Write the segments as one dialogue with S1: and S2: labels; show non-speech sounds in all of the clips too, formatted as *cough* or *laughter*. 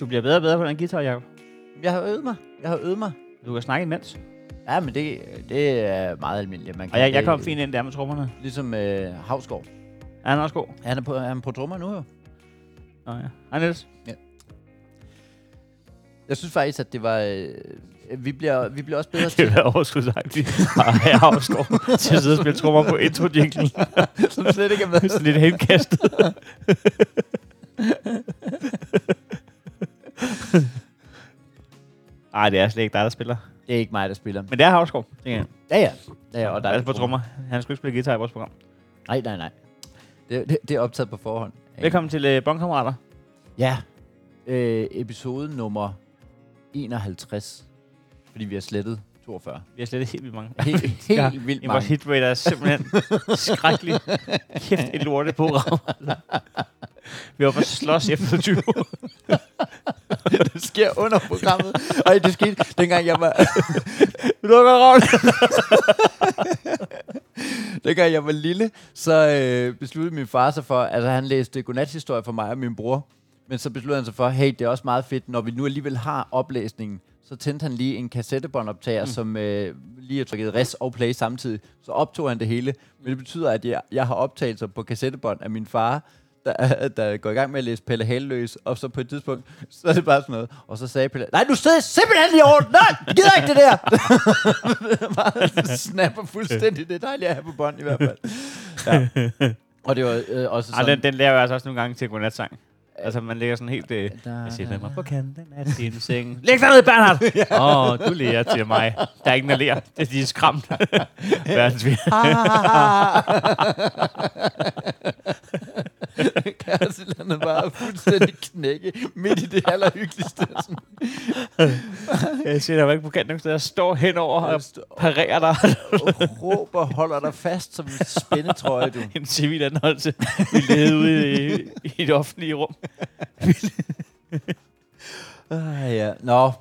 S1: Du bliver bedre og bedre på den guitar, Jacob.
S2: Jeg har øvet mig. Jeg har øvet mig.
S1: Du kan snakke imens.
S2: Ja, men det, det er meget almindeligt. Man
S1: Og jeg, jeg
S2: det-
S1: kom fint ind der med trommerne.
S2: Ligesom øh, Havsgaard.
S1: Er han også god?
S2: Han er på, han er på trommer nu, jo.
S1: Nå, ja. Hej, Niels.
S2: Jeg synes faktisk, at det var... Øh, vi, bliver, vi bliver også *laughs* bedre
S1: Det
S2: til...
S1: er *laughs* overskudsagtigt. Ej, jeg har også skov til at sidde og spille trommer på intro *laughs* jingle.
S2: *laughs* som slet ikke er med.
S1: Sådan lidt henkastet. *laughs* Ej, det er slet ikke dig, der spiller.
S2: Det er ikke mig, der spiller.
S1: Men det er Havsgaard, tænker jeg.
S2: Ja, ja. ja, ja og der
S1: Der er på trommer. Han skulle ikke spille guitar i vores program.
S2: Nej, nej, nej. Det, det, det er optaget på forhånd.
S1: Velkommen til uh, Bonkammerater.
S2: Ja. Øh, episode nummer 51. Fordi vi har slettet 42.
S1: Vi har slet helt vildt mange.
S2: Helt, helt
S1: Ja,
S2: vildt
S1: Jamen, vores
S2: mange.
S1: hitrate er *laughs* simpelthen skrækkelig. Kæft, et lortet program. altså. Vi var på slås efter 20 år.
S2: *laughs* Det sker under programmet. Og det skete, dengang jeg var... *laughs*
S1: Vi lukker rundt.
S2: Dengang jeg var lille, så øh, besluttede min far sig for, altså han læste godnathistorie for mig og min bror, men så besluttede han sig for, hey, det er også meget fedt, når vi nu alligevel har oplæsningen, så tændte han lige en kassettebåndoptager, mm. som øh, lige har trykket res og play samtidig, så optog han det hele. Men det betyder, at jeg, jeg har optagelser på kassettebånd af min far, der, *laughs* der går i gang med at læse Pelle Halløs, og så på et tidspunkt, *laughs* så er det bare sådan noget. Og så sagde Pelle, nej, du sidder simpelthen lige over den. Nej, jeg gider ikke det der. *laughs* bare snapper fuldstændig. Det er dejligt at have på bånd i hvert fald.
S1: *laughs*
S2: Ja. Og det var øh, også
S1: Ej,
S2: sådan...
S1: den, den lærer jeg altså også nogle gange til godnatsang. Altså, man ligger sådan helt... Øh,
S2: Da,
S1: jeg siger
S2: da,
S1: til mig, på kanten *laughs* af din seng. Læg dig ned, *laughs* Bernhard! Åh, oh, du lærer til mig. Der er ingen, der lærer. Det er de er *laughs* skræmt. Verdens vildt.
S2: *laughs* Kæresteland er bare fuldstændig knække midt i det allerhyggeligste. Sådan.
S1: Jeg siger, der var ikke på kanten nogen steder. Jeg står henover og
S2: Jeg står-
S1: parerer dig.
S2: Og råber holder dig fast som en spændetrøje, du.
S1: en civil anholdelse. Vi levede ude i, i et offentligt rum.
S2: Ah, ja. Nå.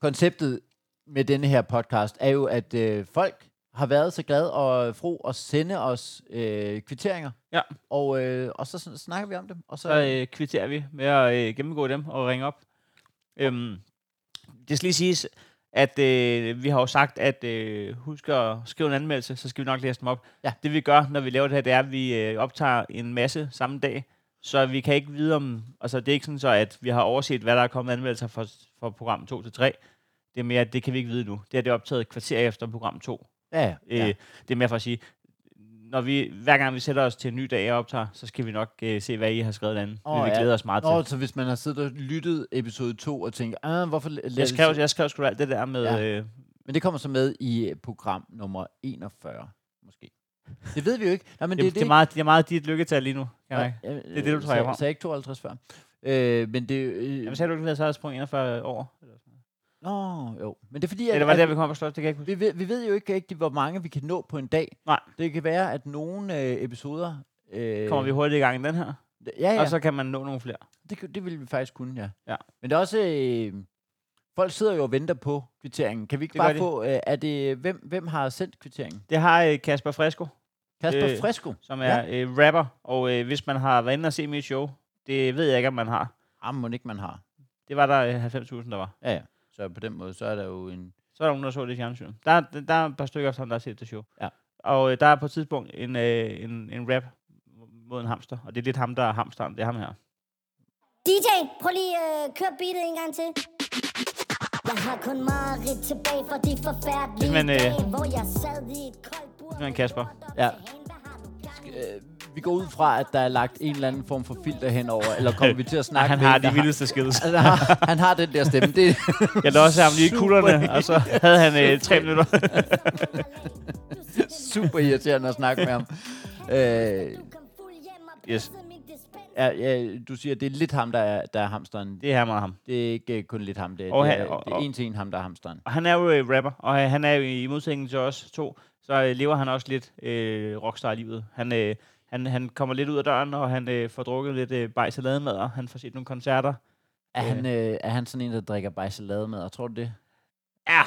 S2: Konceptet med denne her podcast er jo, at øh, folk har været så glade og fro at sende os øh, kvitteringer.
S1: Ja.
S2: Og, øh, og så sådan, snakker vi om dem. Og så,
S1: Så øh, kvitterer vi med at øh, gennemgå dem og ringe op. Øhm, det skal lige siges, at øh, vi har jo sagt, at øh, husk at skrive en anmeldelse, så skal vi nok læse dem op.
S2: Ja.
S1: Det vi gør, når vi laver det her, det er, at vi øh, optager en masse samme dag, så vi kan ikke vide om... Altså, det er ikke sådan så, at vi har overset, hvad der er kommet anmeldelser for, for program 2 til 3. Det er mere, at det kan vi ikke vide nu. Det her det er optaget et kvarter efter program 2.
S2: ja,
S1: Øh,
S2: ja.
S1: Det er mere for at sige, når vi, hver gang vi sætter os til en ny dag og optager, så skal vi nok øh, se, hvad I har skrevet derinde.
S2: Åh,
S1: Oh, vi
S2: ja.
S1: glæder os meget
S2: Nå,
S1: til.
S2: så hvis man har siddet og lyttet episode 2 og tænkt, ah, hvorfor... la-
S1: Jeg skrev, jeg skrev sgu alt det der med...
S2: Ja.
S1: Ja. Øh,
S2: Men det kommer så med i øh, program nummer 41, måske. Det ved vi jo ikke. Nej, men
S1: det, det, det, er meget, det er meget dit lykketal lige nu. Kan jeg mærke.
S2: Ja, øh, det
S1: er det, du trækker
S2: sagde,
S1: frem.
S2: Sagde jeg ikke 52 før. Øh, men det... Øh,
S1: Jamen, sagde du ikke, at jeg havde sprunget 41 år? Eller, sådan noget?
S2: nå, jo. Men det er fordi, at,
S1: eller var det, der,
S2: at
S1: vi kom på slot? Det kan jeg ikke huske.
S2: vi, ved, vi ved jo ikke rigtig, hvor mange vi kan nå på en dag.
S1: Nej.
S2: Det kan være, at nogle øh, episoder... Øh,
S1: Kommer vi hurtigt i gang i den her?
S2: Ja,
S1: Ja,
S2: ja.
S1: ja. Og så kan man nå nogle flere.
S2: Det, kan- det ville vi faktisk kunne, ja.
S1: Ja.
S2: Men det er også... Øh, folk sidder jo og venter på kvitteringen. Kan vi ikke
S1: Det
S2: bare
S1: gør de.
S2: få... Øh, er det, hvem, hvem har sendt kvitteringen?
S1: Det har øh, Kasper Fresco,
S2: Kasper øh,
S1: Øh,
S2: Fresco?
S1: som er øh, rapper. Og øh, hvis man har været inde og se mit show, det ved jeg ikke, om man har.
S2: Ah, må ikke man har.
S1: Det var der øh, 90.000, der var.
S2: Ja, ja. Så på den måde, så er der jo en...
S1: Så er der nogen, der så det i fjernsynet. Der, er- der er et par stykker, som der har set det show.
S2: Ja.
S1: Og øh, der er på et tidspunkt en, øh, en, en rap mod en hamster, og det er lidt ham, der er hamsteren. Det er ham her.
S3: DJ, prøv lige at øh, køre beatet en gang til. Jeg har kun mareridt tilbage fra de
S1: Hvis
S3: forfærdelige
S1: man, øh,
S3: dage, hvor jeg sad i et koldt bur.
S1: man Kasper.
S2: Ja. Øh, vi går ud fra, at der er lagt en eller anden form for filter henover, eller kommer vi til
S1: *laughs*
S2: at snakke
S1: han
S2: med
S1: har
S2: en, der
S1: de vildeste *laughs* skids.
S2: Altså, han, har, han har den der stemme. Det,
S1: Jeg lå også ham
S2: *laughs*
S1: lige i kulderne, og så havde han øh, tre minutter. *laughs*
S2: super irriterende at snakke med
S1: *laughs*
S2: ham. *laughs* Øh,
S1: Yes.
S2: ja, ja, du siger, det er lidt ham, der er, der er hamsteren. Det,
S1: Det er ham og ham.
S2: det er ikke øh, kun lidt ham, det, er-
S1: Og
S2: det,
S1: han-
S2: er,
S1: og-
S2: det er
S1: og-
S2: en til en ham, der er hamsteren.
S1: Og han er jo øh, rapper, og øh, han er jo i modsætning til os to, så øh, lever han også lidt øh, rockstar-livet. Han, øh, han, han kommer lidt ud af døren, og han øh, får drukket lidt øh, bajs og lademader. Han får set nogle koncerter.
S2: Er,
S1: Øh.
S2: han, øh, er han sådan en, der drikker bajsalade med, og tror du det?
S1: Ja.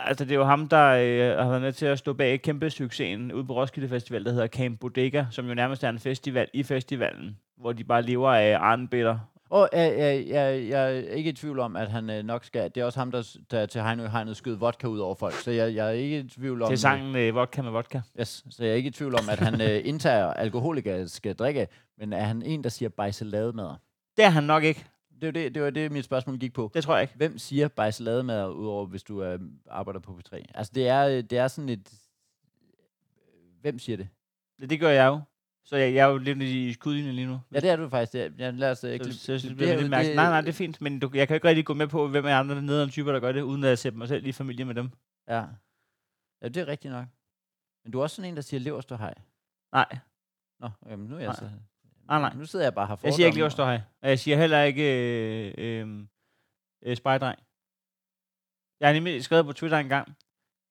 S1: Altså, det er jo ham, der øh, har været med til at stå bag kæmpe succesen ude på Roskilde Festival, der hedder Camp Bodega, som jo nærmest er en festival i festivalen, hvor de bare lever af arnbitter
S2: Og øh, jeg, jeg, jeg, jeg er ikke i tvivl om, at han øh, nok skal... Det er også ham, der, s- der til Heino i hegnet skød vodka ud over folk. Så jeg, jeg er ikke i tvivl om...
S1: Til sangen øh, Vodka med Vodka.
S2: Yes, så jeg er ikke i tvivl om, at han
S1: *laughs*
S2: øh, indtager alkoholiker skal drikke. af, Men er han en, der siger bajselademader?
S1: Det er han nok ikke.
S2: Det, var det, det var det, mit spørgsmål gik på.
S1: Det tror jeg ikke.
S2: Hvem siger bajselademader, udover hvis du øh, arbejder på P3? Altså, det er, øh, det er sådan et... Hvem siger det?
S1: Det, det gør jeg jo. Så jeg, jeg er jo lidt i skudlinjen lige nu.
S2: Ja, det er du faktisk. Det er, ja, lad os... Øh,
S1: Så,
S2: klippe-
S1: så, så
S2: klippe
S1: bliver det lidt
S2: det her ud.
S1: mærkeligt. Nej, nej, det er fint, men du, jeg kan jo ikke rigtig gå med på, hvem er andre nederen typer, der gør det, uden at jeg sætter mig selv i familie med dem.
S2: Ja. ja, det er rigtigt nok. Men du er også sådan en, der siger leverståhej.
S1: Nej,
S2: Nå, jamen, nu er jeg
S1: Nej.
S2: så...
S1: nej, nej.
S2: Nu sidder jeg bare her for.
S1: Jeg siger ikke leverstøj. Og jeg siger heller ikke øh, øh, øh, spejdreng. Jeg har nemlig skrevet på Twitter engang,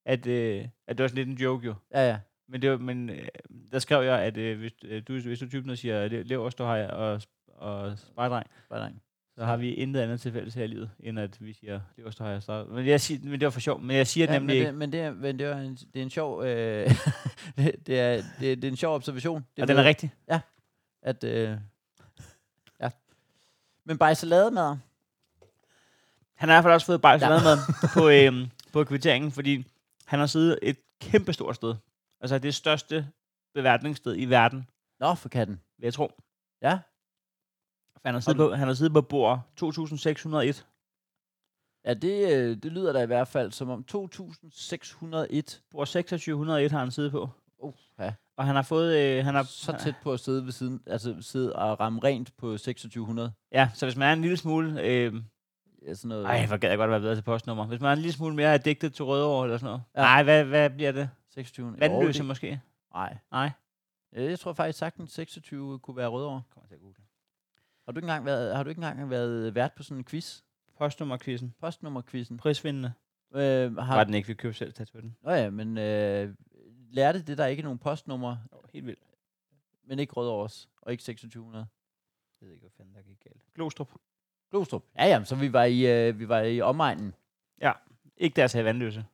S1: at, øh, at det var sådan lidt en joke jo.
S2: Ja, ja.
S1: Men, det var, men øh, der skrev jeg, at øh, hvis, øh, du, hvis du er typen, der siger le- leverstøj og, og spejdreng,
S2: Bare dreng.
S1: så har vi intet andet tilfælde her i livet, end at vi siger leverstøj og spejdreng. Men, jeg siger, men det var for sjov, men jeg siger
S2: Ja,
S1: ja,
S2: men,
S1: nemlig ikke.
S2: det, men, det, er- men det, er en, det er en sjov... Øh, *laughs* det, det, er, det, er- det er en sjov observation. Det
S1: og den er
S2: med,
S1: rigtig.
S2: At, øh, ja. Men bare salademader.
S1: Han har i hvert fald også fået bajs
S2: Ja.
S1: ja. med
S2: *laughs*
S1: på, øhm, på kvitteringen, fordi han har siddet et kæmpe stort sted. Altså det største beværtningssted i verden,
S2: Nå, for katten.
S1: vil jeg tro.
S2: Ja.
S1: For Han har siddet på, han har siddet på bord 2601.
S2: Ja, det, øh, det lyder da i hvert fald som om 2601.
S1: Bord 2601 har han siddet på.
S2: Uh, ja.
S1: Og han har fået... Øh, han har,
S2: Så tæt på at sidde ved siden, altså sidde og ramme rent på 2600.
S1: Ja, så hvis man er en lille smule... Øh,
S2: Ja, sådan noget.
S1: ej, hvor gad jeg godt være bedre til postnummer. Hvis man er en lille smule mere addiktet til Rødovre eller sådan noget.
S2: Ja.
S1: Ja. Nej, hvad, hvad bliver det?
S2: 2600. Jo,
S1: Vandløse
S2: det-
S1: måske?
S2: Nej.
S1: Nej.
S2: Ja, jeg tror faktisk sagtens 26 kunne være Rødovre.
S1: Kommer til at google.
S2: Har du ikke engang været, har du ikke engang været vært på sådan en quiz?
S1: Postnummerquizzen.
S2: Postnummerquizzen?
S1: Prisvindende.
S2: Øh,
S1: Var
S2: har,
S1: den ikke, vi købte selv tatoen?
S2: Nå ja, men øh, lærte det, der er ikke nogen postnummer,
S1: Helt vildt.
S2: men ikke Rødovres, og ikke 2600.
S1: Jeg ved ikke, hvad fanden der gik galt. Glostrup.
S2: Glostrup. Ja, ja, så vi var i, øh, vi var i omegnen.
S1: Ikke deres have vandløse.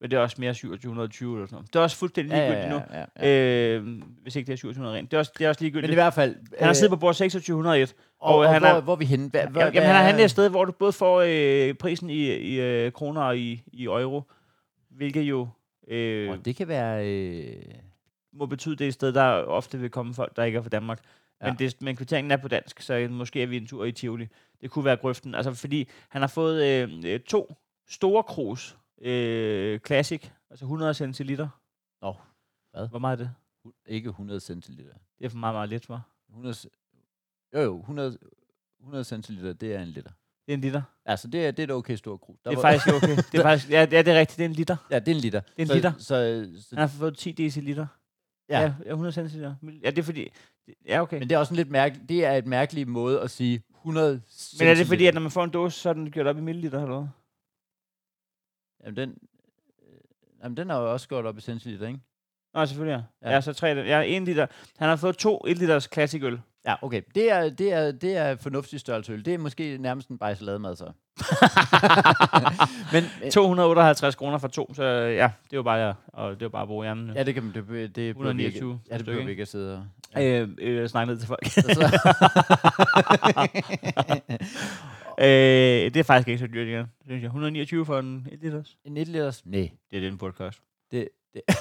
S1: Men det er også mere 2720 eller sådan noget. Det er også fuldstændig
S2: Ja, ja,
S1: ligegyldigt
S2: ja,
S1: nu.
S2: ja, ja.
S1: Øh, hvis ikke det er 2700 rent. Det er også, det er også
S2: Men
S1: ligegyldigt.
S2: i hvert fald... øh,
S1: han har siddet på bord 2601.
S2: og, og,
S1: og han
S2: hvor,
S1: er-
S2: hvor er vi henne? Hva, hva,
S1: Jamen,
S2: hvad
S1: han er, han er
S2: er-
S1: et sted, hvor du både får øh, prisen i, i øh, kroner og i, i euro, hvilket jo øh,
S2: Åh, det kan være... Øh,
S1: må betyde, det er et sted, der ofte vil komme folk, der ikke er fra Danmark. Ja. Men, det, men kvitteringen er på dansk, så måske er vi en tur i Tivoli. Det kunne være grøften. Altså, fordi han har fået øh, øh, to store krus øh, Classic, altså 100 centiliter.
S2: Nå, hvad?
S1: Hvor meget er det?
S2: hu- ikke 100 centiliter.
S1: Det er for meget, meget lidt, var.
S2: 100, ce- jo, jo, 100, 100 centiliter, det er en liter.
S1: Det er en liter.
S2: Altså, det er, det er et okay stort krus. Der
S1: det er
S2: var-
S1: faktisk okay.
S2: *laughs*
S1: Det er faktisk, ja, ja, det er rigtigt. Det er en liter.
S2: Ja, det er en liter. Det
S1: er en
S2: så,
S1: liter.
S2: Så, så,
S1: Han har fået 10 deciliter.
S2: Ja.
S1: Ja, ja 100 centiliter. Ja, det er fordi... Ja, okay.
S2: Men
S1: Men,
S2: det er også en lidt mærkelig, det er et mærkelig måde at sige 100
S1: men er det fordi, at når man får en dåse, så er den gjort op i milliliter eller hvad?
S2: Jamen, den, øh, jamen, den er jo også gået op i centiliter, ikke?
S1: Nå, selvfølgelig ja.
S2: Ja.
S1: Ja, så tre... Ja, en liter. Han har fået to 1 liters klassikøl.
S2: Ja, okay. Det er, det er, det er fornuftig størrelse øl. Det er måske nærmest en
S1: *laughs*
S2: bajsalademad, så. men, øh,
S1: 258 kroner for to, så ja, det var bare, ja, og det var bare at bruge hjernen.
S2: ja, det kan man, det, be- det behøver vi ikke,
S1: 129
S2: ja, det
S1: stykke,
S2: behøver
S1: ikke?
S2: vi ikke at sidde her.
S1: Øh, øh, snak ned til folk. *laughs*
S2: Så, *laughs*
S1: øh, det er faktisk ikke så dyrt igen, synes jeg. 129 for en 1 liters.
S2: en 1 liters? Nej.
S1: Det er det, den burde koste.
S2: Det, det.
S1: Er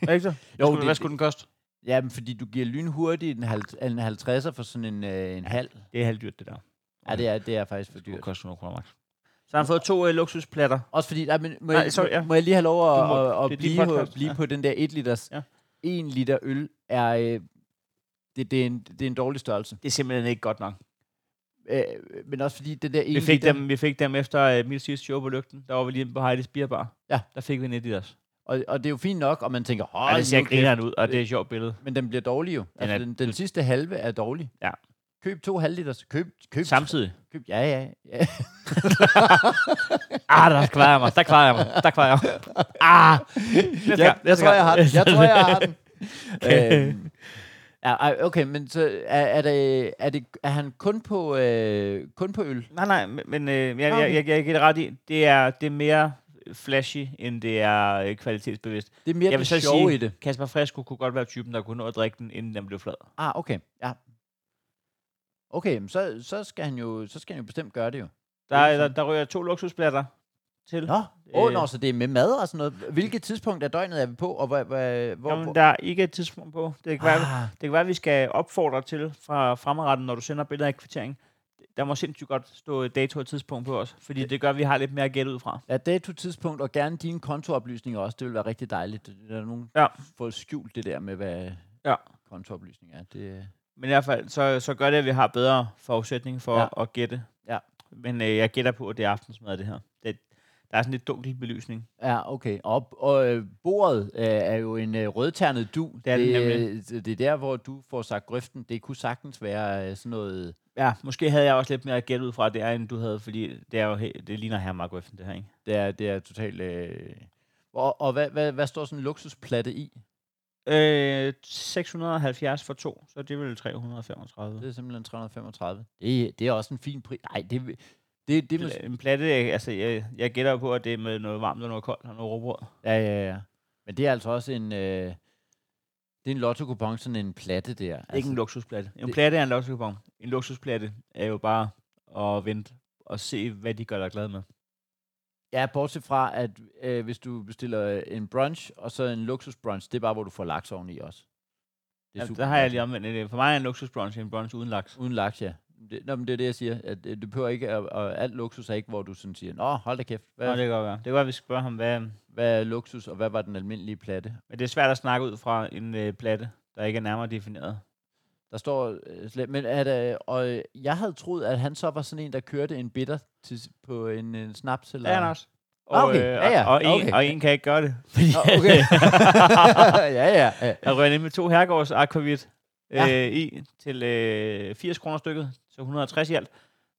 S1: det ikke så? *laughs* Jo,
S2: Jo,
S1: skulle,
S2: det-
S1: det, hvad skulle den koste?
S2: ja, men fordi du giver lynhurtigt en, halv, en 50'er for sådan en, øh, en halv.
S1: Det er halvt dyrt, det der.
S2: Ja, det er, det er faktisk for
S1: Det
S2: dyrt.
S1: koster 100 kroner max. Så har han fået to øh, luksusplatter.
S2: Også fordi, nej, men må,
S1: Nej,
S2: jeg,
S1: sorry, ja.
S2: må jeg lige have lov at,
S1: Du må-
S2: at,
S1: det
S2: at
S1: er din
S2: blive, på,
S1: podcast.
S2: blive
S1: Ja.
S2: på den der 1 liters.
S1: Ja.
S2: 1 liter øl er, øh, det, det, er en, det er en dårlig størrelse.
S1: Det er simpelthen ikke godt nok.
S2: Øh, men også fordi den der 1
S1: Vi fik,
S2: liter,
S1: dem, vi fik dem efter uh, mit sidste show på Lygten. Der var vi lige inde på Heidi's Bierbar.
S2: Ja.
S1: Der fik vi en et i os.
S2: og, og det er jo fint nok, og man tænker, Hold
S1: Og det ser
S2: nu kæft,
S1: grineren ud, og det er et sjovt billede.
S2: men den bliver dårlig jo. Altså,
S1: er-
S2: den, den sidste halve er dårlig.
S1: Ja.
S2: Køb to halvliters. Køb, køb,
S1: Samtidig.
S2: køb. Ja, ja, ja.
S1: Ah, der kvarer jeg mig. Der kvarer jeg mig. Der kvarer jeg mig. Ah.
S2: jeg, jeg tror, jeg har den. Jeg tror, jeg har den.
S1: *laughs* Okay.
S2: øhm, ja, ej, okay, men så er, er, det, er, det, er han kun på, øh, kun på øl?
S1: Nej, nej, men- men øh, jeg, jeg, jeg, jeg giver det ret i. Det er, det er mere flashy, end det er øh, kvalitetsbevidst.
S2: Det er mere
S1: Jeg
S2: det
S1: vil så
S2: sjove
S1: sige,
S2: i det.
S1: Kasper Fresco kunne godt være typen, der kunne nå at drikke den, inden den blev flad.
S2: Ah, okay. Ja. Ah, Okay, men så, så, skal han jo, så skal han jo bestemt gøre det jo.
S1: Der, er- der, der ryger to luksusplatter til.
S2: Nå, åh,
S1: Øh.
S2: nå, så det er med mad og sådan noget. Hvilket tidspunkt af døgnet er vi på, og hvor... hvor, hvor,
S1: Jamen,
S2: hvor?
S1: der er ikke et tidspunkt på. Det kan, være,
S2: Ah,
S1: det kan være, at vi skal opfordre til fra fremadretten, når du sender billeder af kvittering. Der må sindssygt godt stå dato og tidspunkt på os, fordi det gør, at vi har lidt mere at gætte ud fra.
S2: ja, dato, tidspunkt, og gerne dine kontooplysninger også. Det vil være rigtig dejligt. Der er nogen,
S1: Ja.
S2: får skjult det der med, hvad
S1: Ja.
S2: kontooplysninger er. Det,
S1: Men i hvert fald, så, så gør det, at vi har bedre forudsætning for
S2: Ja.
S1: ja. at gætte.
S2: Ja.
S1: Men øh, jeg gætter på, at det er aftensmad, det her. Det, der er sådan lidt dunkel belysning.
S2: ja, okay. Og, og øh, bordet øh, er jo en øh, rødternet du.
S1: Det er det
S2: det, øh, det er der, hvor du får sagt grøften. Det kunne sagtens være øh, sådan noget...
S1: Ja, måske havde jeg også lidt mere at gætte ud fra det, her, end du havde, fordi det, er jo he- det ligner her Mark Griffin, det her, ikke?
S2: Det er, det er totalt... Øh, og og hvad, hvad, hvad står sådan en luksusplatte i?
S1: Øh, 670 for to, så det er vel 335.
S2: Det er simpelthen 335. Det, det er også en fin pris. Nej, det, det, det, det må,
S1: Pla- En platte, øh, altså jeg, jeg gætter jo på, at det er med noget varmt og noget koldt og noget råbrød.
S2: ja, ja, ja. Men det er altså også en... Øh, det er en lotto sådan en platte der.
S1: Altså, ikke en
S2: altså,
S1: luksusplatte. En
S2: det-
S1: platte er en luksuskupon. En luksusplatte er jo bare at vente og se, hvad de gør dig glad med.
S2: ja, bortset fra, at øh, hvis du bestiller øh, en brunch, og så en luksusbrunch, det er bare, hvor du får laks oveni også. Det
S1: Ja,
S2: super
S1: Altså, der har jeg
S2: godt.
S1: lige omvendt det. For mig er en luksusbrunch en brunch uden laks.
S2: Uden laks, ja. Det, nå, men det er det, jeg siger. At, øh, du behøver ikke, at, og alt luksus er ikke, hvor du sådan siger, Nå, hold da kæft, hvad,
S1: Nå, det kan godt være. Det kan være, at vi skal spørge ham, hvad...
S2: hvad er luksus, og hvad var den almindelige platte?
S1: Men det er svært at snakke ud fra en øh, platte, der ikke er nærmere defineret.
S2: Der står øh, slet, men at, øh, og øh, jeg havde troet, at han så var sådan en, der kørte en bitter til, s- på en, en snaps eller...
S1: Det er han også.
S2: Ah, okay. Ja, ja.
S1: Og, og, en,
S2: Okay.
S1: og en kan ikke gøre det.
S2: Nå,
S1: *laughs*
S2: okay. *laughs* ja, ja, ja.
S1: Jeg rører nemlig to herregårds akvavit
S2: Ja.
S1: ja. øh, i til øh, 80 kroner stykket, så 160 i alt.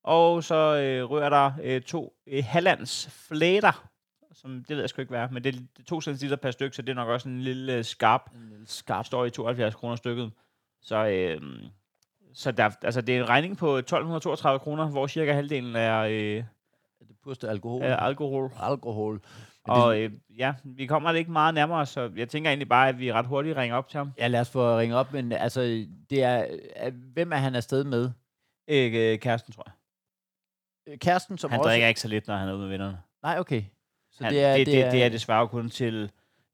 S1: Og så øh, rører der øh, to øh, Hallands flæter, som det ved jeg sgu ikke være, men det er, det er to centiliter per stykke, så det er nok også en lille øh, skarp.
S2: En lille Skarp.
S1: Står i 72 kroner stykket. Så, øh, så der, altså, det er en regning på 1232 kroner, hvor cirka halvdelen er, øh,
S2: Det purste alkohol.
S1: er alkohol.
S2: Alkohol.
S1: Og øh, ja, vi kommer det ikke meget nærmere, så jeg tænker egentlig bare, at vi ret hurtigt ringer op til ham.
S2: Ja, lad os få ringe op, men altså, det er, øh, hvem er han afsted med?
S1: Ikke øh, kæresten, tror jeg.
S2: Øh, Kæresten, som
S1: han
S2: også...
S1: drikker ikke så lidt, når han er ude med vennerne.
S2: Nej, okay. Så
S1: Han, det, er, det, det, er, det er desværre jo kun til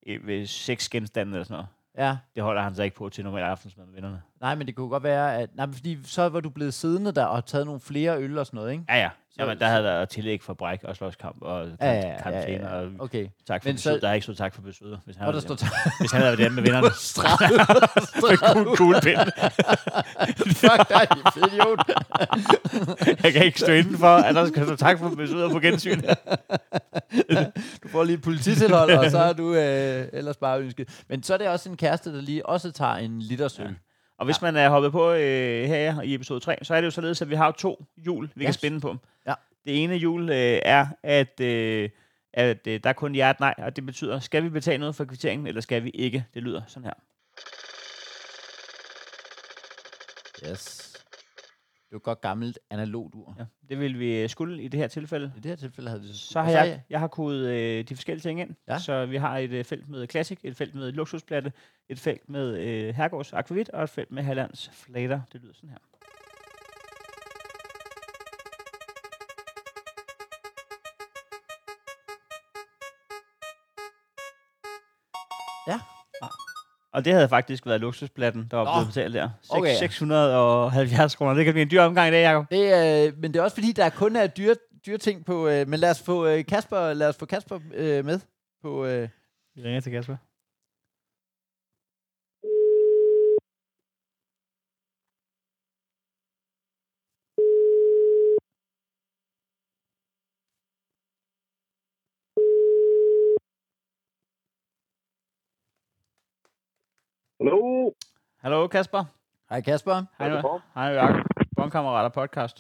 S1: øh, ved seks genstande eller sådan noget.
S2: Ja,
S1: Det holder han sig ikke på til normal aftensmad med vennerne.
S2: nej, men det kunne godt være, at... Nej, men fordi så var du blevet siddende der og taget nogle flere øl og sådan noget, ikke?
S1: Ja, ja.
S2: Så-
S1: Jamen, der havde der tillæg for bræk og slåskamp og kamp,
S2: Ja, ja, ja, ja,
S1: karantæne
S2: ja.
S1: og
S2: Okay.
S1: tak for
S2: Men
S1: men
S2: så-
S1: besøg. Der er ikke så tak for besøget, hvis han
S2: Og *laughs* der
S1: havde
S2: står...
S1: været hjemme- hvis han havde været hjemme med vennerne.
S2: *laughs* Straffet.
S1: Cool, cool pind.
S2: *laughs* Fuck dig, din fede idiot.
S1: Jeg kan ikke stå indenfor, at der skal stå tak for besøget og på gensyn.
S2: Du får lige et polititilhold, og så er du øh, ellers bare ønsket. Men så er det også en kæreste, der lige også tager en liter søl. Ja.
S1: Og hvis man er hoppet på øh, her i episode 3, så er det jo således, at vi har jo to hjul, vi yes. kan
S2: Yes.
S1: spænde på.
S2: Ja.
S1: Det ene hjul øh, er, at, øh, at øh, der er kun ja og et nej, og det betyder, skal vi betale noget for kvitteringen, eller skal vi ikke? Det lyder sådan her.
S2: Yes. Det var et godt gammelt analogt ur. Ja.
S1: Ja. Det vil vi øh, skulle i det her tilfælde.
S2: I det her tilfælde havde vi...
S1: Så har jeg, jeg har kodet øh, de forskellige ting ind.
S2: Ja.
S1: Så vi har et øh, felt med Classic, et felt med Luksusplatte, et felt med øh, Herregårds Aquavit og et felt med Hallands Flater. Det lyder sådan her.
S2: Ja.
S1: Og det havde faktisk været luksusplatten, der var
S2: Nå.
S1: blevet betalt der. Seks-
S2: Okay.
S1: 670 kroner. Det kan blive en dyr omgang i dag, Jacob.
S2: Det, øh, men det er også fordi, der kun er dyre, dyre ting på... Øh, men lad os få øh, Kasper, lad os få Kasper øh, med på... Øh.
S1: Vi ringer til Kasper.
S4: Hallo,
S1: Hallo Kasper.
S2: Hej Kasper.
S1: Hej nu.
S4: Jacob.
S1: Hej nu, Jacob. Bondkammerater podcast.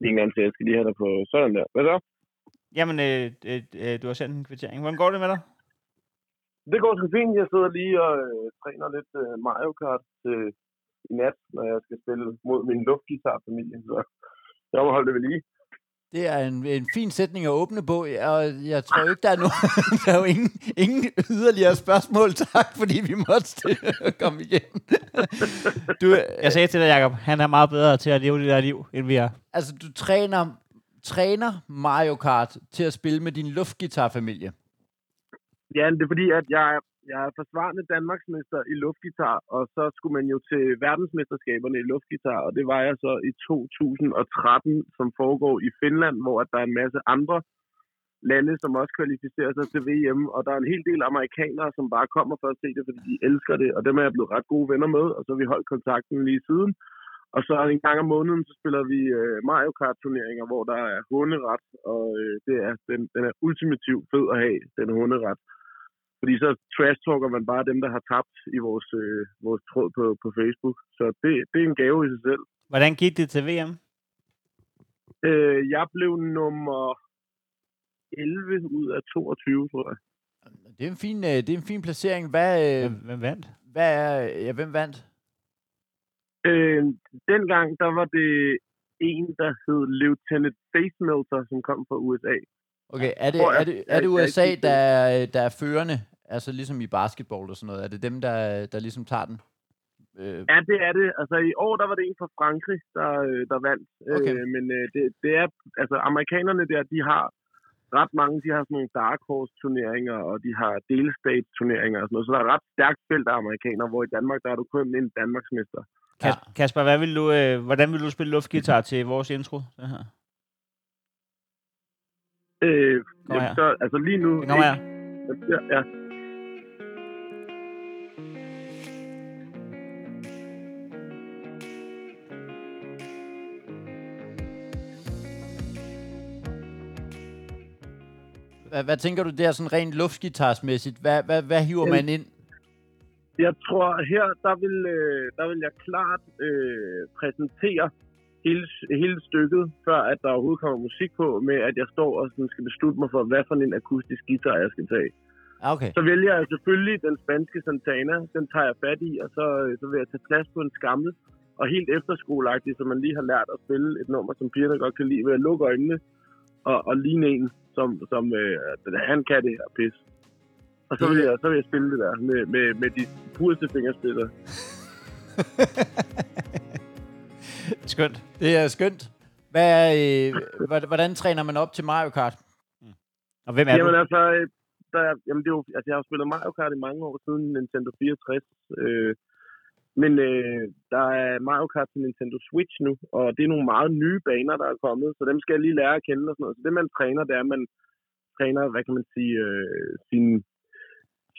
S4: lige en gang til, jeg skal lige have dig på sådan der. Hvad så?
S1: Jamen, øh, øh, øh, du har sendt en kvittering. Hvordan går det med dig?
S4: Det går sgu fint. Jeg sidder lige og øh, træner lidt øh, Mario Kart øh, i nat, når jeg skal spille mod min luftgitarfamilie. Så jeg må holde det ved lige.
S2: Det er en, en fin sætning at åbne på, og jeg tror ikke, der er, nogen, *laughs* der er jo ingen, ingen yderligere spørgsmål. Tak, fordi vi måtte *laughs* stille- komme igen. Du, øh,
S1: Jeg sagde til dig, Jacob, han er meget bedre til at leve det der liv, end vi er.
S2: altså, du træner, træner Mario Kart til at spille med din luftgitarfamilie.
S4: Ja, men det er fordi, at jeg, jeg er forsvarende Danmarksmester i luftgitar, og så skulle man jo til verdensmesterskaberne i luftgitar, og det var jeg så i 2013, som foregår i Finland, hvor at der er en masse andre lande, som også kvalificerer sig til VM, og der er en hel del amerikanere, som bare kommer for at se det, fordi de elsker det, og dem er jeg blevet ret gode venner med, og så har vi holdt kontakten lige siden. Og så en gang om måneden, så spiller vi øh, Mario Kart-turneringer, hvor der er hunderet, og øh, det er, den, den er ultimativt fed at have, den hunderet. Fordi så trash-talker man bare dem, der har tabt i vores, øh, vores tråd på, på Facebook. Så det, det er en gave i sig selv.
S1: Hvordan gik det til VM?
S4: Øh, jeg blev nummer 11 ud af 22, tror jeg.
S2: Det er en fin, øh, det er en fin placering. Hvad, øh,
S1: Hvem, hvem vandt?
S2: hvad er, ja, hvem vandt?
S4: Øh, dengang, der var det en, der hed Lieutenant Facemelter, som kom fra USA.
S2: Okay, er det,
S4: Tror jeg.
S2: er det,
S4: Jeg
S2: er
S4: er
S2: det
S4: ikke- jeg er ikke
S2: USA,
S4: helt
S2: der er, der er førende? Altså ligesom i basketball og sådan noget. Er det dem, der, der ligesom tager den? Øh,
S4: Ja, det er det. Altså i år, der var det en fra Frankrig, der, øh, der vandt.
S2: Okay.
S4: Øh, men øh, det, det er, altså amerikanerne der, de har ret mange, de har sådan nogle dark horse turneringer, og de har delstates turneringer og sådan noget. Så der er et ret stærkt felt af amerikanere, hvor i Danmark, der er du kun en Danmarksmester.
S2: Ja.
S1: Kas- Kasper, hvad vil du, øh, hvordan vil du spille luftgitar til vores intro? Det her.
S4: Øh,
S1: Kom her.
S4: jamen, så, altså lige nu...
S1: Den kommer her.
S4: Ja, ja.
S2: Hvad, hvad tænker du der sådan rent luftgitarsmæssigt? Hvad, hvad, hvad hiver
S4: Øhm,
S2: man ind?
S4: Jeg tror, her der vil, øh, der vil jeg klart øh, præsentere hele, hele stykket, før at der overhovedet kommer musik på, med at jeg står og sådan skal beslutte mig for, hvad for en akustisk guitar jeg skal tage.
S2: Ah, okay.
S4: Så vælger jeg selvfølgelig den spanske Santana, den tager jeg fat i, og så, øh, så vil jeg tage plads på en skammel. Og helt efterskoleagtigt, som man lige har lært at spille et nummer, som pigerne godt kan lide, ved at lukke øjnene og, og ligne en, som, som øh, han kan det her pis. Og så vil, jeg, så vil jeg spille det der med, med, med de pureste fingerspillere.
S1: Skønt.
S2: Det er skønt. Hvad, er, øh, hvor- hvordan træner man op til Mario Kart?
S1: Mm. Og hvem er
S4: Jamen
S1: du?
S4: altså, øh, der, er- jamen det er jo, altså, jeg har jo spillet Mario Kart i mange år siden Nintendo 64. Øh, men øh, der er Mario Kart til Nintendo Switch nu, og det er nogle meget nye baner, der er kommet, så dem skal jeg lige lære at kende og sådan noget. Så det, man træner, det er, at man træner, hvad kan man sige, øh, sin,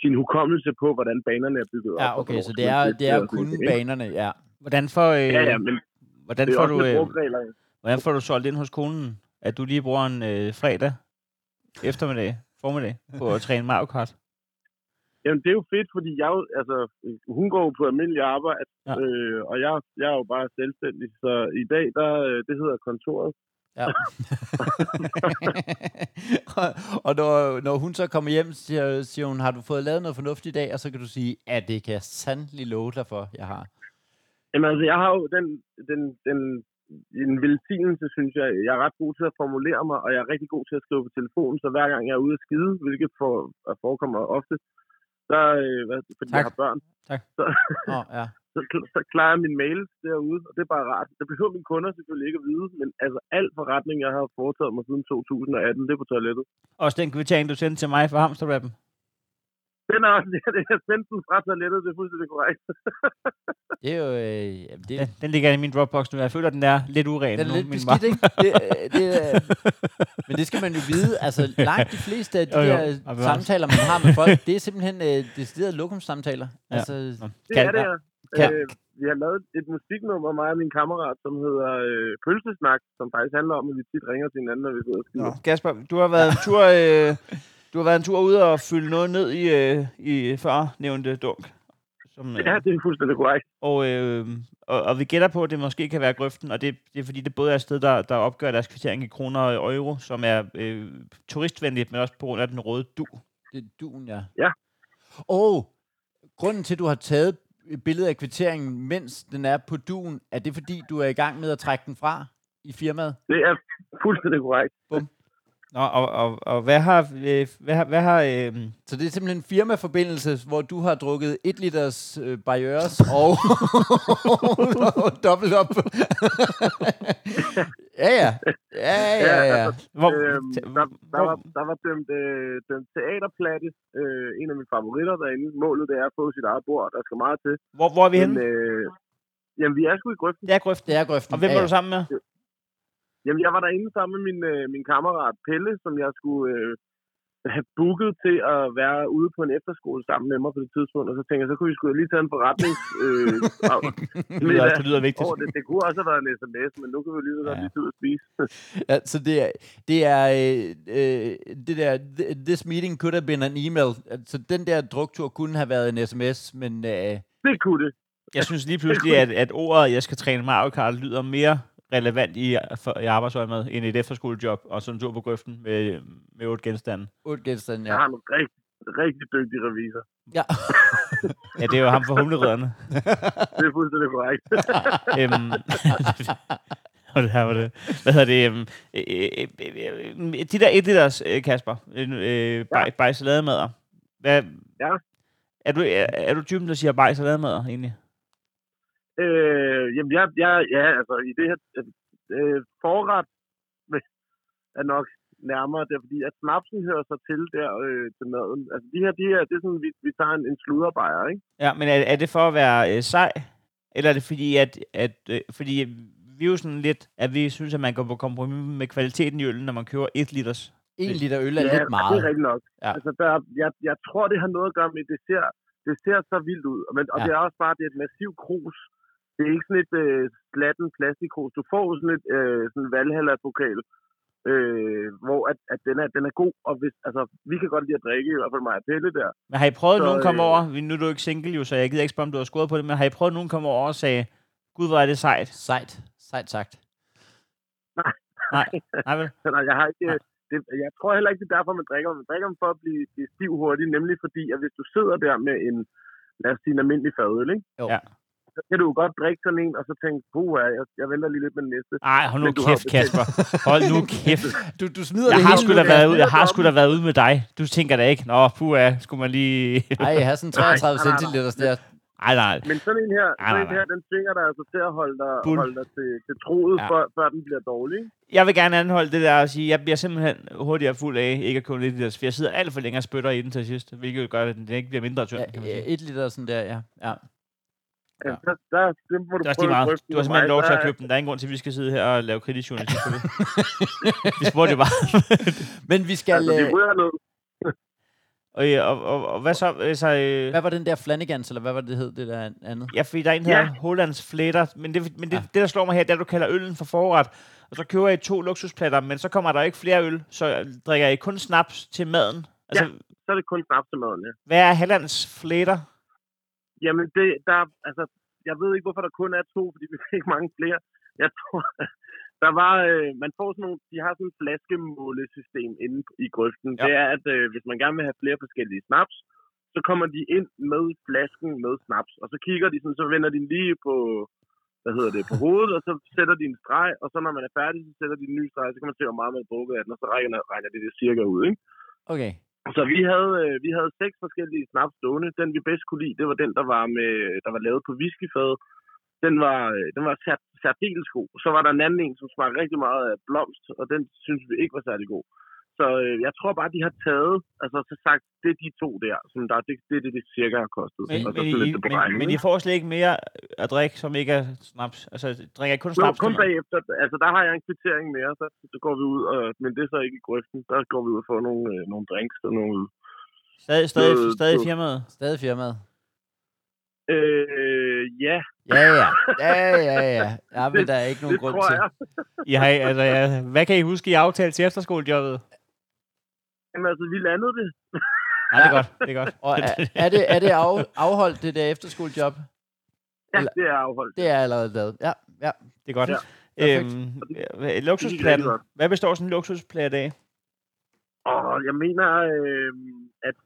S4: sin hukommelse på, hvordan banerne er bygget op. og
S2: Ja, okay,
S4: hvornår
S2: så
S4: skal
S2: det
S4: man
S2: er,
S4: sætte
S2: altså, det
S4: sig
S2: er
S4: og sådan
S2: kun
S4: noget, ikke?
S2: banerne, ja.
S1: Hvordan får, øh,
S4: Ja, ja, men
S1: hvordan,
S4: det er
S1: får
S4: også
S1: du,
S4: med
S1: øh,
S4: brugregler.
S1: hvordan får du solgt ind hos konen, at du lige bruger en øh, fredag eftermiddag, formiddag, på at træne Mario Kart?
S4: Jamen, det er jo fedt, fordi jeg, jo- altså, hun går jo på almindelig arbejde,
S1: Ja.
S4: ja. øh, og jeg, jeg er jo bare selvstændig. Så i dag, der, øh, det hedder kontoret.
S2: ja. *laughs* og og når, når hun så kommer hjem, siger, siger hun, har du fået lavet noget fornuftigt i dag? Og så kan du sige, at det kan jeg sandelig love dig for, jeg har.
S4: Jamen, altså, jeg har jo den, den, den, en velsignelse, synes jeg. Jeg er ret god til at formulere mig, og jeg er rigtig god til at skrive på telefonen, så hver gang jeg er ude at skide, hvilket for, forekommer ofte, så, øh, hvad, fordi tak. jeg
S2: Tak.
S4: har børn,
S2: Nå, ja.
S4: så, så klarer jeg min mail derude, og det er bare rart. Det behøver mine kunder selvfølgelig ikke at vide, men altså, al forretning, jeg har foretaget mig siden 2018, det er på toilettet.
S1: Også den kvittering, du sendte til mig for hamsterrappen.
S4: Den er, *laughs* det er sendt ud fra toilettet, det er fuldstændig korrekt.
S2: Det er jo... Øh, jamen, det,
S1: Den, den ligger i min Dropbox nu. Jeg føler, den er lidt uren.
S2: Den
S1: nu,
S2: er lidt
S1: min
S2: beskidt,
S1: mar-
S2: ikke? Det, øh, det, øh, men det skal man jo vide. Altså, langt de fleste af de
S1: Jo, jo.
S2: der
S1: Og
S2: øh,
S1: bevares.
S2: samtaler, man har med folk, det er simpelthen øh, deciderede lokumsamtaler.
S1: Ja.
S2: Altså,
S1: Nå,
S4: Det
S1: kan-
S4: er det,
S1: ja.
S4: ja.
S1: Kan-
S4: Øh, vi har lavet et musiknummer, mig og min kammerat, som hedder øh, Pølsesnak, som faktisk handler om, at vi tit ringer til hinanden, når vi sidder og
S1: Nå,
S4: skider.
S1: Kasper, du har været en tur, øh, du har været en tur ude og fylde noget ned i, øh, i før nævnte dunk. Som, øh,
S4: *laughs* Ja, det er fuldstændig korrekt.
S1: og, øh, og, og, vi gætter på, at det måske kan være grøften, og det, det er fordi, det både er et sted, der, der opgør deres kvittering i kroner og euro, som er øh, turistvenligt, men også på grund af den røde du.
S2: det er duen, ja.
S4: Ja.
S2: Og grunden til, at du har taget et billede af kvitteringen, mens den er på duen, er det fordi, du er i gang med at trække den fra i firmaet?
S4: Det er Fuldstændig korrekt.
S1: Nå, og, og, og hvad har... Øh, hvad har, hvad har øh,
S2: Så det er simpelthen en firmaforbindelse, hvor du har drukket 1 liters øh, *laughs* barriers og, og dobbelt op. ja, ja. Ja, ja, ja. ja.
S1: hvor,
S4: Øhm,
S1: t-
S4: der, der,
S1: hvor-
S4: var, der var dømt, øh, dømt teaterplatte, øh, en af mine favoritter derinde. Målet det er at få sit eget bord, der skal meget til.
S1: hvor, hvor er vi
S4: Men,
S1: henne?
S4: øh, jamen, vi er sgu i grøften.
S1: Det er grøften.
S2: Det er grøften.
S1: Og hvem
S2: ja,
S1: var
S2: ja.
S1: du sammen med?
S4: Jamen, jeg var derinde sammen med min, øh, min kammerat Pelle, som jeg skulle øh, have booket til at være ude på en efterskole sammen med mig på det tidspunkt. Og så tænkte jeg, så kunne vi sgu da lige tage en forretning. Øh, af-
S1: Det lyder, det lyder vigtigt.
S4: over det. det kunne også have været en sms, men nu kan vi jo lige så godt
S2: Ja.
S4: ja. lige tage ud og spise.
S2: Ja, så det er, det er øh, øh, det der, th- this meeting could have been an email. Så den der druktur kunne have været en sms, men øh,
S4: Det kunne *laughs* det.
S1: Jeg synes lige pludselig, at, at ordet, jeg skal træne Mario Kart, lyder mere relevant i, for, i arbejdsøjemed end et efterskolejob og sådan en tur på grøften med, med otte genstande.
S2: otte genstande,
S4: Jeg
S2: ja.
S4: har en rigtig, rigtig dygtig revisor.
S2: ja.
S1: Ja, det er jo ham fra
S4: *laughs*
S1: humleredderne.
S4: Det er fuldstændig korrekt.
S1: øhm, *laughs* og det her var det. Hvad hedder det? Øhm, øh, øh, øh, øh, de der 1 liters, øh, Kasper, øh, øh, baj, bajsalademader. Hvad,
S4: Ja.
S1: Er du, er, er du typen, der siger bajsalademader egentlig?
S4: Øh, jamen, jeg, jeg, ja, altså, i det her øh, øh, forret *laughs* er nok nærmere der, fordi at snapsen hører sig til der øh, til maden. Altså, de her, de her, det er sådan, vi, vi tager en, en sluderbejer, ikke?
S1: Ja, men er, er det for at være øh, sej? Eller er det fordi, at, at øh, fordi vi er jo sådan lidt, at vi synes, at man går på kompromis med kvaliteten i øllen, når man køber 1 liters.
S2: En liter øl er
S4: ja,
S2: lidt
S4: det
S2: meget.
S4: er rigtigt nok.
S2: Ja.
S4: Ja. Altså, der, jeg, jeg tror, det har noget at gøre med, det ser, det ser så vildt ud. Men, og
S2: Ja.
S4: ja. det er også bare, det er et massivt krus. Det er ikke sådan et øh, slatten plastikkrus. Du får sådan et øh, sådan valhalla-pokal, øh, hvor at, at den, er, den er god. Og hvis, altså, vi kan godt lide at drikke, i hvert fald mig og Pelle der.
S1: Men har I prøvet, at
S4: Så,
S1: nogen kom
S4: øh,
S1: over? Vi- Nu er du ikke single jo, så jeg gider ikke spørge, om du har scoret på det, men har I prøvet, at nogen kom over og sagde, gud, hvor er det sejt?
S2: Sejt. Sejt sagt.
S1: Nej, nej vel?
S4: Så nej, jeg, har ikke, det, jeg tror heller ikke, det er derfor, man drikker. Man drikker dem for at blive, blive stiv hurtigt, nemlig fordi, at hvis du sidder der med en, lad os sige, en almindelig fadøl, ikke?
S2: Jo.
S1: Ja.
S4: så kan du jo godt drikke sådan en, og så tænke, puh, jeg, jeg venter lige lidt med den næste.
S1: Ej, hold nu
S4: Men du har jo
S1: kæft, Kasper. Hold nu kæft.
S4: *laughs*
S2: Du, du smider
S1: Jeg
S2: det
S1: har
S2: hele
S1: sgu
S2: nu,
S1: da
S2: Kasper.
S1: været ude, jeg har sgu da været ude med dig. Du tænker da ikke, nå, puha, skulle man lige... *laughs*
S2: Ej, jeg har sådan 33
S4: Nej, nej, nej.
S2: centiliters der.
S1: Nej, nej.
S4: Men sådan en her,
S1: Ej,
S4: sådan
S1: nej,
S4: en her den tvinger dig altså til at holde dig,
S1: Bull.
S4: holde dig til, til troet,
S1: Ja.
S4: ja. før, før den bliver dårlig. ikke?
S1: Jeg vil gerne anholde det der og sige, jeg bliver simpelthen hurtigere fuld af ikke at købe lidt liters, for jeg sidder alt for længe og spytter i den til sidst, hvilket gør, at den ikke bliver mindre tynd, kan man
S2: Ja,
S1: sige.
S2: et liter sådan der, ja. ja.
S4: Ja. Altså, Der, der, det må du
S1: Det er også
S4: prøve
S1: lige
S4: at
S1: meget.
S4: drøfte
S1: Du har
S4: med
S1: simpelthen
S4: mig.
S1: lov til at
S4: Der-
S1: købe den. Der er ingen grund til, at vi skal sidde her og lave kritisk journalistik på det. Vi spurgte jo
S4: *laughs*
S1: bare.
S2: Men vi skal...
S4: Altså, vi
S2: Øh,
S4: ryger ned.
S1: Og, øh, og, og, og hvad så? Altså, øh,
S2: hvad var den der Flanagans, eller hvad var det, det hed, det der andet?
S1: Ja, fordi der er en, der
S4: Ja.
S1: hedder Hollands Fletter, men, det, men det,
S2: Ja.
S1: ja. det, der slår mig her, det er, at du kalder øllen for forret, og så køber jeg to luksusplatter, men så kommer der ikke flere øl, så drikker jeg kun snaps til maden. Altså, ja.
S4: Så er det kun snaps til maden, ja.
S1: hvad er Hollands Fletter?
S4: Jamen, det, der, altså, jeg ved ikke, hvorfor der kun er to, fordi vi *laughs* fik mange flere. Jeg tror, *laughs* der var, øh, man får sådan nogle, de har sådan et flaskemålesystem inde i grøften.
S1: Ja.
S4: Ja. Det er, at øh, hvis man gerne vil have flere forskellige snaps, så kommer de ind med flasken med snaps, og så kigger de sådan, så vender de lige på, hvad hedder det, på hovedet, og så sætter de en streg, og så når man er færdig, så sætter de en ny streg, så kan man se, hvor meget man har drukket af den, og så regner, regner det det cirka ud, ikke?
S2: Okay.
S4: Så vi havde, øh, vi havde seks forskellige snaps stående. Den, vi bedst kunne lide, det var den, der var, med, der var lavet på whiskyfad. Den var, øh, den var sær- særdeles god. Så var der en anden en, som smagte rigtig meget af blomst, og den synes vi ikke var særlig god. Så øh, jeg tror bare, de har taget, altså så sagt, det er de to der, som der, det, det, er det, det cirka har kostet.
S1: Men,
S4: og så
S1: men,
S4: sådan
S1: I,
S4: lidt på
S1: men, men I får slet ikke mere at drikke, som ikke er snaps. Altså, drikker jeg kun
S4: Jo,
S1: snaps
S4: kun
S1: til maden?
S4: bagefter, altså der har jeg en kvittering mere, så, så går vi ud, og, men det er så ikke i grøften, der går vi ud og får nogle, øh, nogle drinks og nogle
S1: Stadig, stadig,
S4: Øh,
S1: stadig
S4: øh.
S1: firmaet?
S2: Stadig firmaet.
S4: Øh, ja,
S2: Ja, ja. Ja, ja, ja. Ja, men der er ikke nogen
S4: det
S2: grund
S4: tror
S2: til.
S4: jeg.
S1: I har, altså, ja, hvad kan I huske, I aftalte til efterskolejobbet?
S4: Jamen, altså, vi landede det.
S1: Nej, det er godt, det er godt.
S2: Og er, er det, er det af, afholdt, det der efterskolejob?
S4: Ja,
S2: Eller-
S4: det er afholdt.
S2: Det er allerede lavet. Ja, ja.
S1: Det er godt.
S4: Ja,
S1: Ja,
S2: perfekt.
S1: øhm,
S4: Det er rigtig
S1: luksusplatten.
S4: godt.
S1: Hvad består sådan en luksusplat af?
S4: Og jeg mener, øh, at...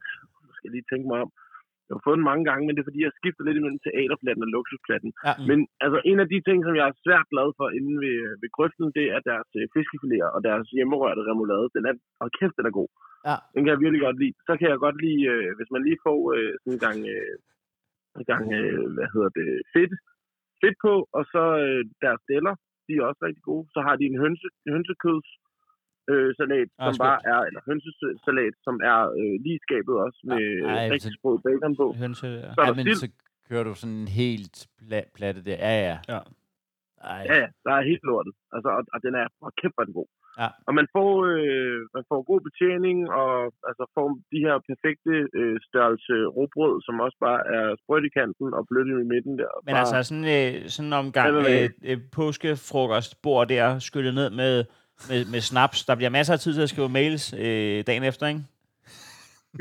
S4: Nu skal jeg øhm, lige tænke mig om. Jeg har fået den mange gange, men det er fordi, jeg skifter lidt imellem teaterplatten og luksusplatten.
S1: Ja.
S4: Men altså, en af de ting, som jeg er svært glad for inde ved, ved grøften, det er deres øh, fiskefiléer og deres hjemmerørte remoulade. Den er, og kæft, den er god.
S2: Ja.
S4: Den kan jeg virkelig godt lide. Så kan jeg godt lide, øh, hvis man lige får øh, sådan en gang, øh, en gang øh, hvad hedder det, fedt, fedt på, og så øh, deres deller, de er også rigtig gode. Så har de en hønse, hønsekøds øh, salat,
S1: Ah,
S4: som
S1: skønt.
S4: bare er, eller hønsesalat, som er øh, lige skabet også med
S2: Ej,
S4: øh,
S2: men
S4: rigtig
S2: så-
S4: sprød bacon på.
S1: Hønse, ja.
S4: Så er
S2: Ej,
S4: der
S2: men
S4: sild.
S2: så kører du sådan en helt pla- platte der. Ja, ja.
S1: Ja.
S2: Ej.
S4: Ja, ja, der er helt lortet. Altså, og, og den er og kæft, hvor er den god.
S2: Ja.
S4: Og man får, øh, man får god betjening, og altså, får de her perfekte øh, størrelse råbrød, som også bare er sprødt i kanten og blødt i midten der.
S1: Men
S4: Bare-
S1: altså sådan, øh, sådan en omgang
S4: Hvad med
S1: øh, øh, påskefrokostbord der, skyllet ned med, med, med snaps. Der bliver masser af tid til at skrive mails øh, dagen efter, ikke?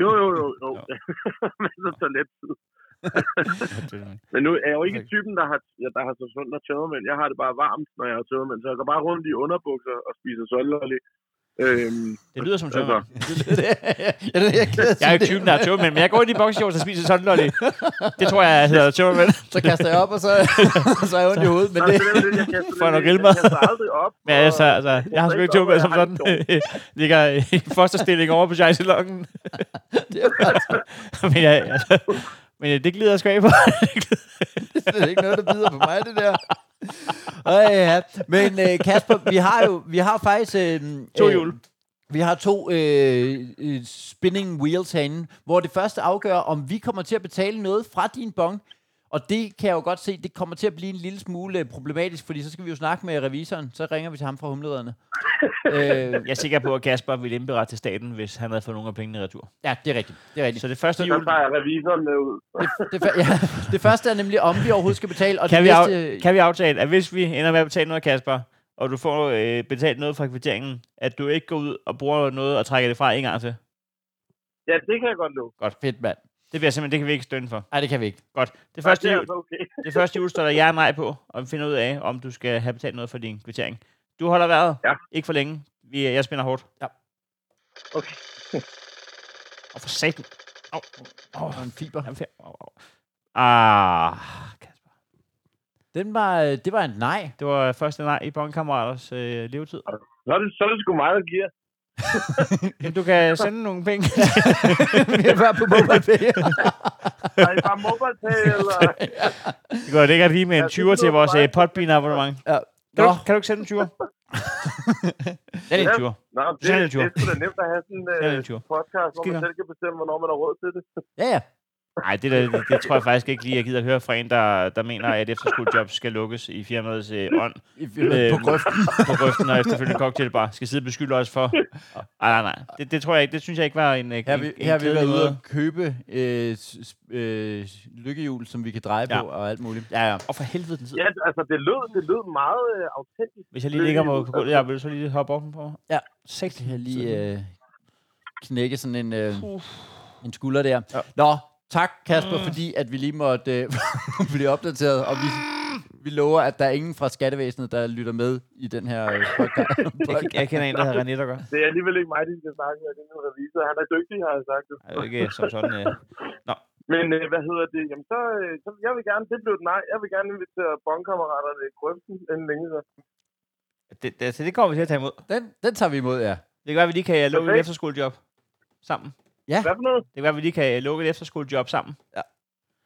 S4: Jo, jo, jo. jo. *laughs* Men så tager lidt tid. Men nu er jeg jo ikke typen, der har, ja, der har så sundt og tømmermænd. Jeg har det bare varmt, når jeg har tømmermænd. Så jeg går bare rundt i underbukser og spiser solgolje. Øhm,
S1: Det lyder som
S4: Altså.
S1: tømmermænd.
S2: jeg, jeg, jeg,
S1: Jeg er jo ikke typen, der er tømmermænd, men jeg går ind i boxershorts og spiser sådan noget. Det tror jeg hedder tømmermænd.
S2: Så kaster jeg op, og så, *laughs* og så er jeg ondt i hovedet. Men
S4: nej,
S2: det,
S4: det er jo det, jeg
S1: *laughs*
S4: kaster
S1: Får
S4: lidt
S1: nok
S4: i.
S1: elmer.
S4: Jeg kaster aldrig op.
S1: Men
S4: og-
S1: altså, altså jeg har sgu ikke tømmermænd som sådan. *laughs* Ligger i fosterstilling over på jejselongen.
S2: det er faktisk
S1: *laughs* Men, jeg, altså, men øh, det glider sgu af på.
S2: *laughs* det er ikke noget, der bider på mig, det der. Ej, ja. Men øh, Kasper, vi har jo vi har faktisk... Øh,
S1: To
S2: øh,
S1: hjul.
S2: Vi har to øh, øh, spinning wheels herinde, hvor det første afgør, om vi kommer til at betale noget fra din bong. Og det kan jeg jo godt se, det kommer til at blive en lille smule øh, problematisk, fordi så skal vi jo snakke med revisoren, så ringer vi til ham fra humlederne. øh,
S1: Jeg er sikker på, at Kasper ville indberette til staten, hvis han havde fået nogle af pengene i retur.
S2: ja, det er rigtigt. Det er rigtigt.
S1: Så det første
S4: Så
S1: jul...
S4: tager jeg revisoren med ud.
S2: Det, det, fa- ja, det første er nemlig, om vi overhovedet skal betale. Og
S1: Kan vi,
S2: det
S1: af,
S2: næste,
S1: kan vi aftale, at hvis vi ender med at betale noget, Kasper, og du får øh, betalt noget fra kvitteringen, at du ikke går ud og bruger noget og trækker det fra en gang til?
S4: Ja, det kan jeg godt love.
S2: Godt. Fedt, mand.
S1: Det bliver simpelthen, det kan vi ikke stønne for.
S2: Nej, det kan vi ikke.
S1: Godt. Det
S4: Første
S1: første,
S4: det er
S1: jul,
S4: altså okay.
S1: det første jul står der ja og nej på, og vi finder ud af, om du skal have betalt noget for din kvittering. Du holder vejret.
S4: Ja.
S1: Ikke for længe. Vi, jeg spænder hårdt.
S4: okay.
S1: Og for satan. Au.
S2: Og en fiber.
S1: Jamen, fe- au, au. Ah, Kasper.
S2: Den var, øh, det var en nej. *laughs*
S1: Det var første nej i bondkammeraters øh, levetid.
S4: Så er det, så er det sgu mig, der
S1: *laughs*
S4: giver.
S1: Jamen, du
S4: *laughs*
S1: kan sende nogle penge. *laughs*
S2: Vi er bare på MobilePay.
S4: Er det bare mobile pay, eller?
S1: Det går ikke lige med en
S4: Ja, det
S1: 20'er til
S4: lyder
S1: vores øh,
S4: meget-
S1: potbean abonnement.
S2: ja.
S1: Kan,
S2: Nå,
S1: du, kan du ikke sende en
S4: *laughs*
S1: 20'er? Send en
S4: Ja.
S1: 20'er.
S4: Nå, det,
S1: Sådan er
S4: det,
S1: det, Tjur.
S4: det er sgu da nemt at have sådan en
S1: Sådan er det, Tjur.
S4: øh, podcast, hvor
S1: Skidt
S4: man
S1: godt.
S4: selv kan bestemme, hvornår man har råd til det.
S2: ja, ja.
S1: Nej, det, der- det, det tror jeg faktisk ikke lige, jeg gider at høre fra en, der, der mener, at efterskolejob skal lukkes i firmaets øh, ånd
S2: I- øh, På
S1: Øhm.
S2: grøften.
S1: på grøften og efterfølgende cocktailbar. Skal sidde og beskylde os for. Nej, nej, nej. Det, det tror jeg ikke. Det synes jeg ikke var en, øh,
S2: Her,
S1: en,
S2: vi,
S1: en
S2: her er vi
S1: klædelig
S2: været ude
S1: måde.
S2: og købe øh, s- s- øh, lykkehjul, som vi kan dreje
S1: Ja.
S2: på og alt muligt. Ja, ja.
S1: Og for helvede den tid.
S4: Ja, altså, det lød, det lød meget øh, autentisk.
S1: Hvis jeg lige ligger mig på gulvet, jeg vil så lige hoppe op på.
S2: Ja.
S1: Sæt.
S2: Jeg lige øh, knække sådan en, øh,
S1: Uff.
S2: en skulder der.
S1: Ja.
S2: Nå, tak Kasper, fordi at vi lige måtte øh, *laughs* blive opdateret, og vi, vi lover, at der er ingen fra skattevæsenet, der lytter med i den her øh, podcast.
S1: Jeg, jeg kender en, der hedder René, der gør.
S4: Det er alligevel ikke mig, de skal snakke med. Det er min revisor. Han er dygtig, har jeg sagt.
S1: Ej, det er ikke som sådan. Øh.
S4: Men øh, hvad hedder det? Jamen, så, øh, så jeg vil gerne, det blev et nej. Jeg vil gerne invitere bondkammeraterne i grøften inden længe så.
S1: Det, det, så det kommer vi til at tage imod.
S2: Den, den tager vi imod, ja.
S1: Det gør, at vi lige kan øh, lukke et
S4: Perfekt.
S1: efterskolejob sammen.
S4: Hvad for noget?
S1: Det gør, at vi lige kan øh, lukke et efterskolejob sammen.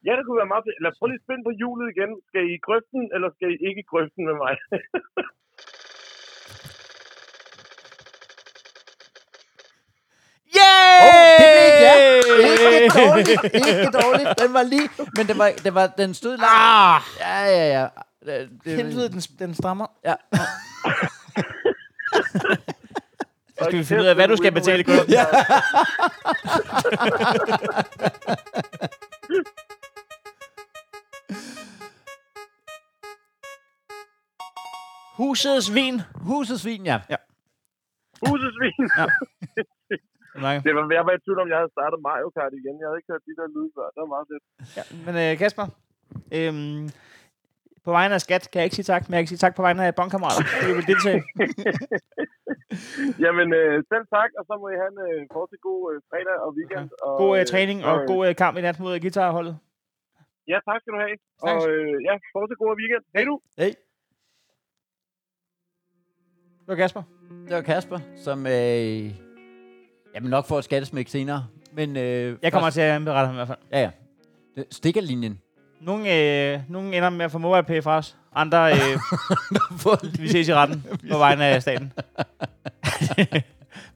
S4: Ja, det kunne være meget fedt. Lad os prøve lige at spænde på hjulet igen. Skal I i grøften, eller skal I ikke i grøften med mig?
S1: Yeah!
S2: Åh, det blev et ja. Ikke dårligt, ikke dårligt. Den var lige, men den, var, den, var, den stod langt.
S1: Ah!
S2: Ja, ja, ja. Det, det,
S1: Helvede, den, den strammer.
S2: Ja.
S1: Så skal vi finde ud af, hvad du skal betale i grøften.
S4: Ja.
S1: Husets vin.
S2: Husets vin, ja.
S4: Husesvin.
S1: Nej.
S4: *laughs* Det var, jeg var i tvivl om, jeg havde startet Mario Kart igen. Jeg havde ikke hørt de der lyde før. Det var meget fedt.
S1: Ja, men øh, Kasper, øhm, på vegne af skat kan jeg ikke sige tak, men jeg kan sige tak på vegne af bondkammerater. fordi Du vil deltage.
S4: Jamen, øh, selv tak, og så må I have en øh, fortsat god øh, fredag og weekend. Og,
S1: God øh,
S4: øh,
S1: træning
S4: øh,
S1: og god øh, kamp i nat mod guitarholdet.
S4: Ja, tak skal du have.
S1: Tak.
S4: Og øh, ja, fortsat god weekend. Hej du!
S2: Hey,
S1: Det var Kasper.
S2: det var Kasper, som øh, jamen nok får et skattesmæk senere. Men, øh,
S1: Jeg kommer
S2: først-
S1: til at anberette ham i hvert fald.
S2: Ja, ja. Det- Stikkerlinjen. *laughs*
S1: Nogle, øh, nogle ender med at få MobilePay fra os. Andre, øh, *laughs* vi ses i retten på vegne af *laughs* staten.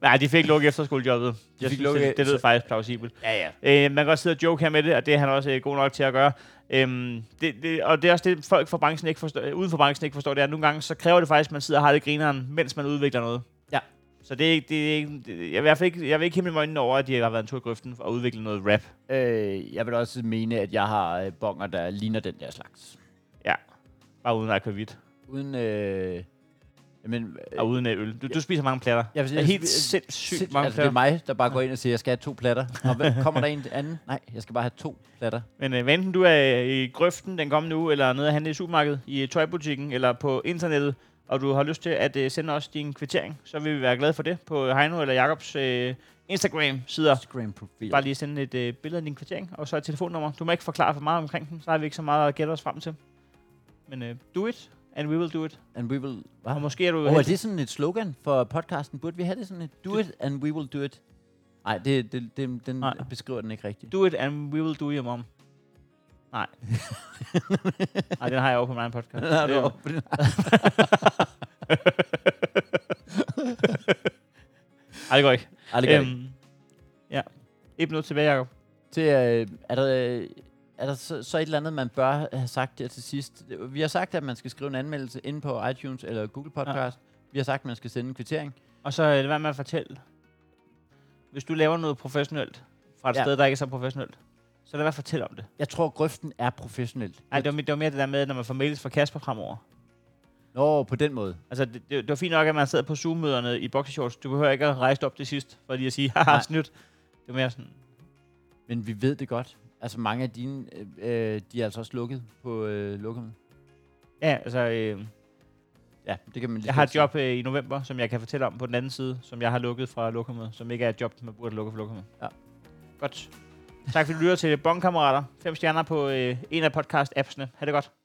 S1: Nej, de fik lukket efterskolejobbet. Jeg
S2: fik
S1: fik
S2: lukket-
S1: lukket, det, det lyder
S2: så-
S1: faktisk plausibelt.
S2: ja, ja.
S1: Øh, man kan også sidde og joke her med det, og det er han også øh, god nok til at gøre. Øhm, det, det, og det er også det, folk fra branchen ikke forstår, øh, uden for branchen ikke forstår, det er, at nogle gange så kræver det faktisk, at man sidder og har det grineren, mens man udvikler noget.
S2: Ja.
S1: Så det er ikke, det er ikke, det, jeg, vil i hvert fald ikke, jeg vil ikke himmel øjnene over, at de har været en tur i grøften og udviklet noget rap.
S2: Øh, jeg vil også mene, at jeg har øh, bonger, der ligner den der slags.
S1: Ja. Bare uden akvavit.
S2: Uden... Øh, jamen, øh,
S1: Og uden øh, øl. Du, du spiser mange platter.
S2: Jeg vil sige,
S1: Det er
S2: jeg
S1: helt
S2: spiser-
S1: sindssygt
S2: sind-
S1: mange
S2: altså, det er
S1: platter.
S2: mig, der bare går ind og siger, at jeg skal have to platter. Og hvad- kommer der en anden? Nej, jeg skal bare have to platter.
S1: Men øh, hvad enten du er i grøften den kommende uge, eller nede og handle i supermarkedet, i øh, tøjbutikken, eller på internettet, og du har lyst til at øh, sende os din kvittering, så vil vi være glade for det på Heino eller Jakobs øh, Instagram-sider.
S2: Instagram-profil.
S1: Bare lige sende et øh, billede af din kvittering, og så et telefonnummer. Du må ikke forklare for meget omkring den, så har vi ikke så meget at gætte os frem til. Men øh, do it, and we will do it.
S2: And we will... Hvad?
S1: Og måske er du...
S2: Oh, er det sådan et slogan for podcasten? Burde vi have det sådan et? Do it, and we will do it. Nej, det, det, det, den
S1: Nej.
S2: Nej. beskriver den ikke *laughs* rigtigt.
S1: Do it, and we will do your mom. Nej. Nej, den har jeg over på min egen *laughs* podcast. Øh,
S2: Nå, du
S1: Det er-
S2: er oppe på den.
S1: Ej, det går ikke.
S2: Ej, det gør det ikke.
S1: Øhm, ja. Et minut tilbage, Jacob.
S2: Til, øh, er der, øh, er der så, så et eller andet, man bør have sagt der til sidst? Vi har sagt, at man skal skrive en anmeldelse inde på iTunes eller Google Podcast. Ja. Vi har sagt, at man skal sende en kvittering.
S1: Og så øh, lad være med at fortælle. Hvis du laver noget professionelt fra et
S2: Ja.
S1: ja. sted, der ikke er så professionelt, så lad være med at fortælle om det.
S2: Jeg tror, grøften er professionelt.
S1: Ej, det var, det var mere det der med, når man får mails fra Kasper fremover.
S2: Nå, på den måde.
S1: Altså, det, det, det var fint nok, at man sad på Zoom-møderne i boxershorts. Du behøver ikke at rejse dig op til sidst, for lige at sige, haha,
S2: Nej.
S1: snydt. Det var mere sådan,
S2: Men vi ved det godt. Altså mange af dine, øh, øh, de er altså også lukket på øh, lukket.
S1: ja, altså, øh,
S2: Ja, det kan man lige
S1: jeg har
S2: så
S1: et
S2: godt
S1: job øh, i november, som jeg kan fortælle om på den anden side, som jeg har lukket fra lokummet, som ikke er et job, man burde lukke fra lokummet.
S2: Ja.
S1: Godt. Tak fordi du lytter til Bonkammerater. Fem stjerner på øh, en af podcast-appsene. Ha' det godt.